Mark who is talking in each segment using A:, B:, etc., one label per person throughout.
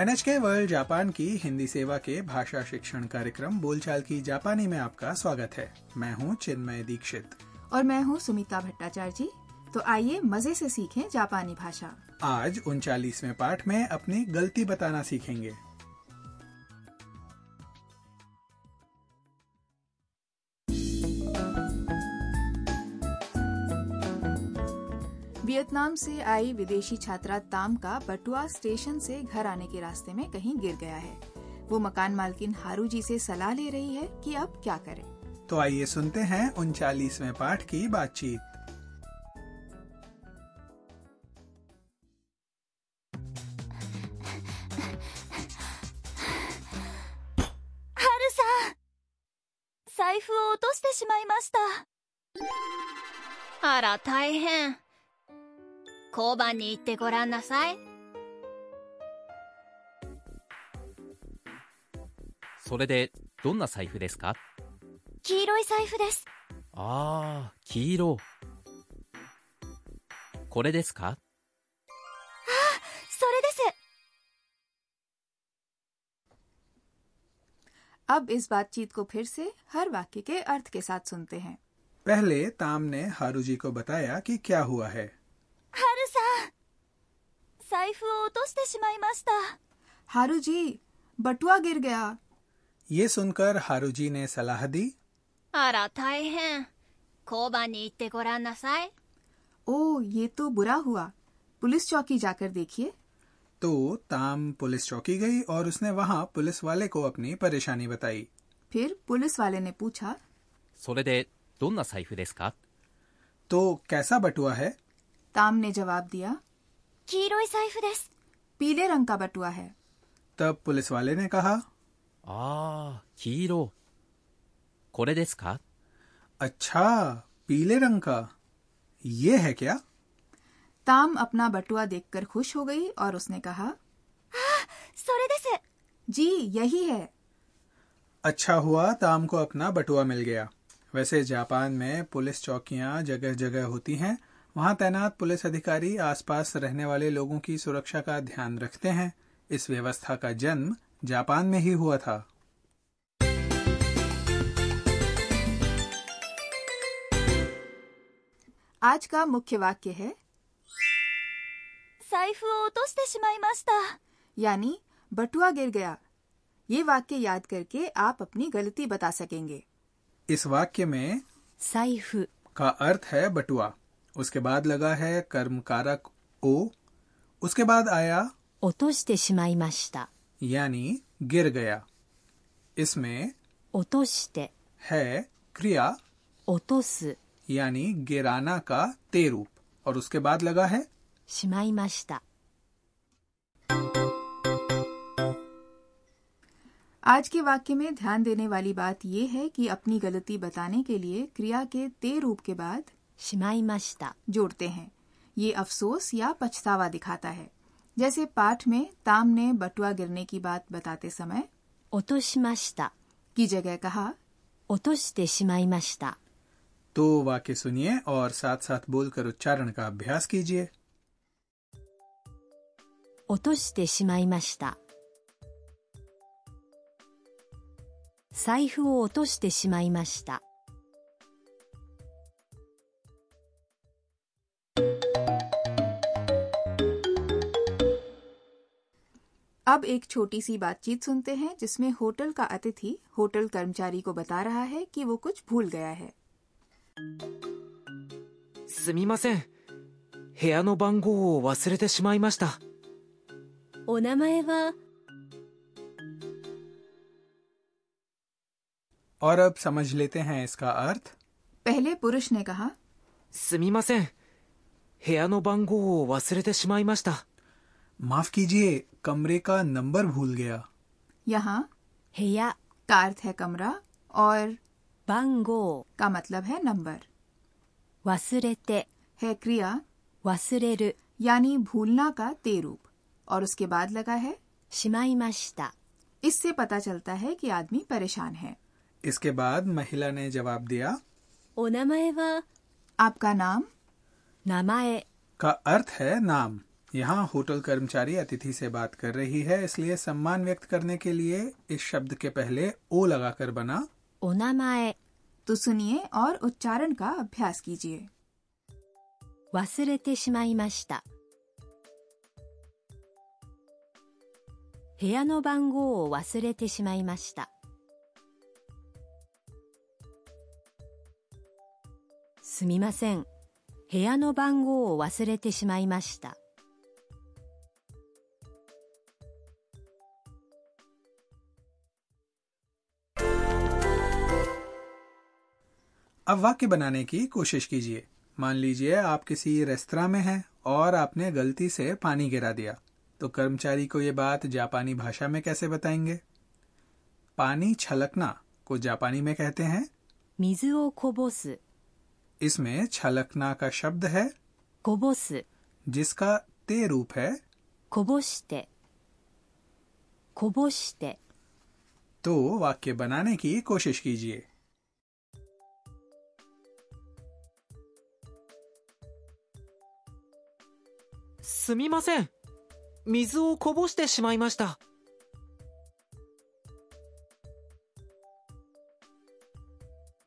A: NHK world Japan की हिंदी सेवा के भाषा शिक्षण कार्यक्रम बोलचाल की जापानी में आपका स्वागत है मैं हूं चिन्मय दीक्षित
B: और मैं हूँ सुमिता भट्टाचार्य जी तो आइए मजे से सीखें जापानी भाषा
A: आज उनचालीसवें पाठ में अपनी गलती बताना सीखेंगे
B: वियतनाम से आई विदेशी छात्रा ताम का बटुआ स्टेशन से घर आने के रास्ते में कहीं गिर गया है वो मकान मालकिन हारू जी से सलाह ले रही है कि अब क्या करें
A: तो आइए सुनते हैं उनचालीसवें पाठ की बातचीत
C: ハルさん財布を落としてしまいましたあら大変交番に行ってごらんなさい
D: それでどんな財布ですか
C: 黄色い財布です
D: ああ黄色これですか
C: それです
B: अब इस बातचीत को फिर से हर वाक्य के अर्थ के साथ सुनते हैं
A: पहले ताम ने हारू जी को बताया कि क्या हुआ है
C: ハルさん財布を落としてしまいました
B: हारू जी बटुआ गिर गया
A: ये सुनकर हारू जी ने सलाह दी
C: あら大変交番に行ってごらんなさい
B: ओ ये तो बुरा हुआ पुलिस चौकी जाकर देखिए
A: तो ताम पुलिस चौकी गई और उसने वहाँ पुलिस वाले को अपनी परेशानी बताई
B: फिर पुलिस वाले ने पूछा
D: それでどんな財布ですか
A: तो कैसा बटुआ है
B: ताम ने जवाब दिया
C: 黄色い財布です
B: पीले रंग का बटुआ है
A: तब पुलिस वाले ने कहा
D: ああ黄色これですか
A: अच्छा पीले रंग का ये है क्या
B: ताम अपना बटुआ देखकर खुश हो गई और उसने कहा
C: それです
B: जी यही है
A: अच्छा हुआ ताम को अपना बटुआ मिल गया वैसे जापान में पुलिस चौकियां जगह जगह होती हैं वहां तैनात पुलिस अधिकारी आसपास रहने वाले लोगों की सुरक्षा का ध्यान रखते हैं इस व्यवस्था का जन्म जापान में ही हुआ था
B: आज का मुख्य वाक्य है
C: 財布を落としてしまいました
B: यानी बटुआ गिर गया ये वाक्य याद करके आप अपनी गलती बता सकेंगे
A: इस वाक्य में
C: 財布
A: का अर्थ है बटुआ उसके बाद लगा है कर्म कारक ओ उसके बाद आया
C: 落としてしまいました
A: यानी गिर गया इसमें
C: 落として
A: है क्रिया
C: 落とす
A: यानी गिराना का ते रूप और उसके बाद लगा है
C: しまいました
B: आज के वाक्य में ध्यान देने वाली बात ये है कि अपनी गलती बताने के लिए क्रिया के ते रूप के बाद
C: しまいました
B: जोड़ते हैं ये अफसोस या पछतावा दिखाता है जैसे पाठ में ताम ने बटुआ गिरने की बात बताते समय
C: 落としました
B: की जगह कहा
C: 落としてしまいました
A: तो वाक्य सुनिए और साथ साथ बोलकर उच्चारण का अभ्यास कीजिए
C: 落としてしまいました財布を落としてしまいました
B: अब एक छोटी सी बातचीत सुनते हैं जिसमें होटल का अतिथि होटल कर्मचारी को बता रहा है कि वो कुछ भूल गया है
E: すみません部屋の番号を忘れてしまいました
C: お名前は
A: और अब समझ लेते हैं इसका अर्थ
B: पहले पुरुष ने कहा
E: すみません部屋の番号を忘れてしまいました
A: माफ कीजिए कमरे का नंबर भूल गया
B: यहाँ
C: 部屋
B: का अर्थ है कमरा और
C: 番号
B: का मतलब है नंबर
C: 忘れて
B: है क्रिया
C: 忘れる
B: यानी भूलना का ते रूप और उसके बाद लगा है
C: しまいました
B: इससे पता चलता है कि आदमी परेशान है
A: इसके बाद महिला ने जवाब दिया
C: お名前は
B: आपका नाम
C: 名前
A: का अर्थ है नाम यहाँ होटल कर्मचारी अतिथि से बात कर रही है इसलिए सम्मान व्यक्त करने के लिए इस शब्द के पहले ओ लगाकर बना
F: お名前
B: तो सुनिए और उच्चारण का अभ्यास कीजिए
F: 忘れてしまいました部屋の番号を忘れてしまいましたすみません部屋の番号を忘れてしまいました
A: अब वाक्य बनाने की कोशिश कीजिए मान लीजिए आप किसी रेस्तरा में हैं और आपने गलती से पानी गिरा दिया तो कर्मचारी को ये बात जापानी भाषा में कैसे बताएंगे पानी छलकना को जापानी में कहते हैं
F: 水をこぼす
A: इसमें छलकना का शब्द है
F: こぼす
A: जिसका ते रूप है
F: こぼしてこぼして
A: तो वाक्य बनाने की कोशिश कीजिए
E: すみません。水をこぼしてしまいました。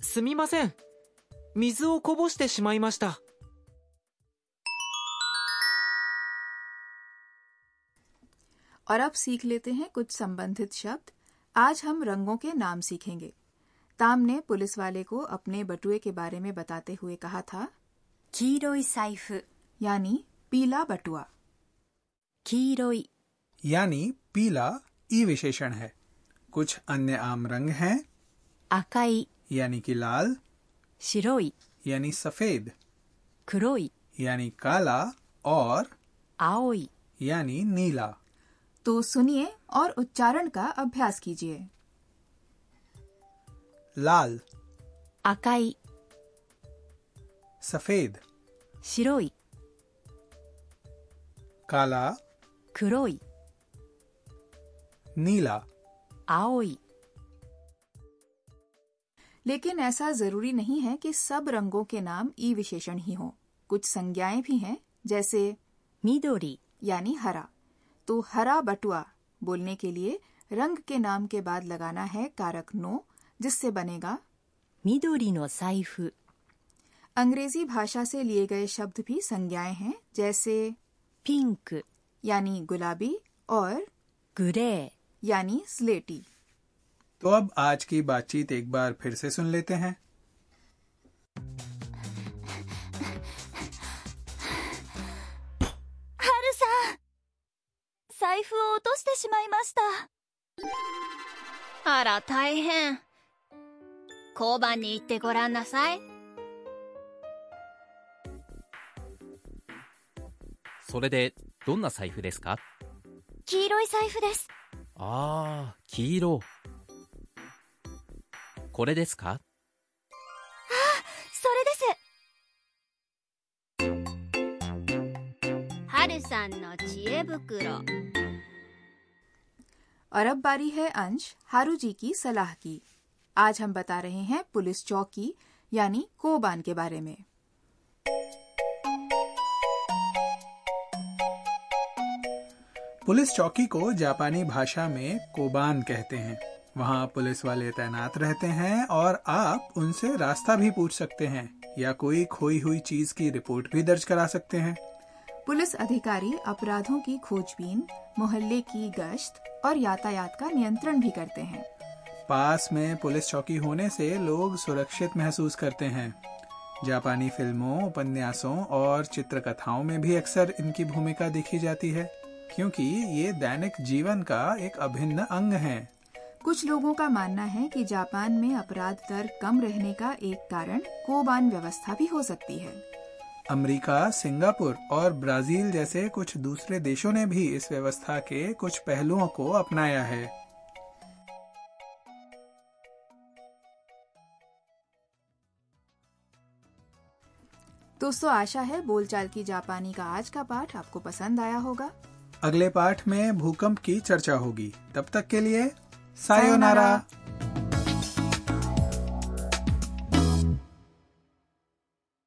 E: すみません。水をこぼしてしまいました。
B: और अब सीख लेते हैं कुछ संबंधित शब्द आज हम रंगों के नाम सीखेंगे ताम ने पुलिस वाले को अपने बटुए के बारे में बताते हुए कहा था
F: 黄色い財布
B: यानी पीला बटुआ
F: 黄色い
A: यानी पीला ई विशेषण है कुछ अन्य आम रंग हैं
F: 赤い
A: यानी कि लाल
F: 白い
A: यानी सफेद
F: 黒い
A: यानी काला और
F: 青い
A: यानी नीला
B: तो सुनिए और उच्चारण का अभ्यास कीजिए
A: लाल
F: 赤い
A: सफेद
F: 白い
A: काला
F: 黒い
A: नीला
F: 青い
B: लेकिन ऐसा जरूरी नहीं है कि सब रंगों के नाम ई विशेषण ही हों कुछ संज्ञाएं भी हैं जैसे
F: 緑
B: यानी हरा तो हरा बटुआ बोलने के लिए रंग के नाम के बाद लगाना है कारक नो जिससे बनेगा
F: 緑の財布
B: अंग्रेजी भाषा से लिए गए शब्द भी संज्ञाएं हैं जैसे
F: ピンク
B: यानी गुलाबी और
F: グレー
B: यानी स्लेटी
A: तो अब आज की बातचीत एक बार फिर से सुन लेते हैं
C: ハルさん財布を落としてしまいました
G: あら大変交番に行ってごらんなさい
D: それで、どんな財布ですか
C: 黄色い財布です
D: ああ、黄色。これですか
C: それです
G: はるさんの知恵袋
B: और अब बारी है अंश हारू जी की सलाह की आज हम बता रहे हैं पुलिस चौकी यानी कोबान के बारे में
A: पुलिस चौकी को जापानी भाषा में कोबान कहते हैं वहाँ पुलिस वाले तैनात रहते हैं और आप उनसे रास्ता भी पूछ सकते हैं या कोई खोई हुई चीज की रिपोर्ट भी दर्ज करा सकते हैं
B: पुलिस अधिकारी अपराधों की खोजबीन मोहल्ले की गश्त और यातायात का नियंत्रण भी करते हैं
A: पास में पुलिस चौकी होने से लोग सुरक्षित महसूस करते हैं जापानी फिल्मों उपन्यासों और चित्रकथाओं में भी अक्सर इनकी भूमिका देखी जाती है क्योंकि ये दैनिक जीवन का एक अभिन्न अंग है
B: कुछ लोगों का मानना है कि जापान में अपराध दर कम रहने का एक कारण कोबान व्यवस्था भी हो सकती है
A: अमेरिका, सिंगापुर और ब्राजील जैसे कुछ दूसरे देशों ने भी इस व्यवस्था के कुछ पहलुओं को अपनाया है
B: दोस्तों आशा है बोलचाल की जापानी का आज का पाठ आपको पसंद आया होगा
A: अगले पाठ में भूकंप की चर्चा होगी तब तक के लिए सायोनारा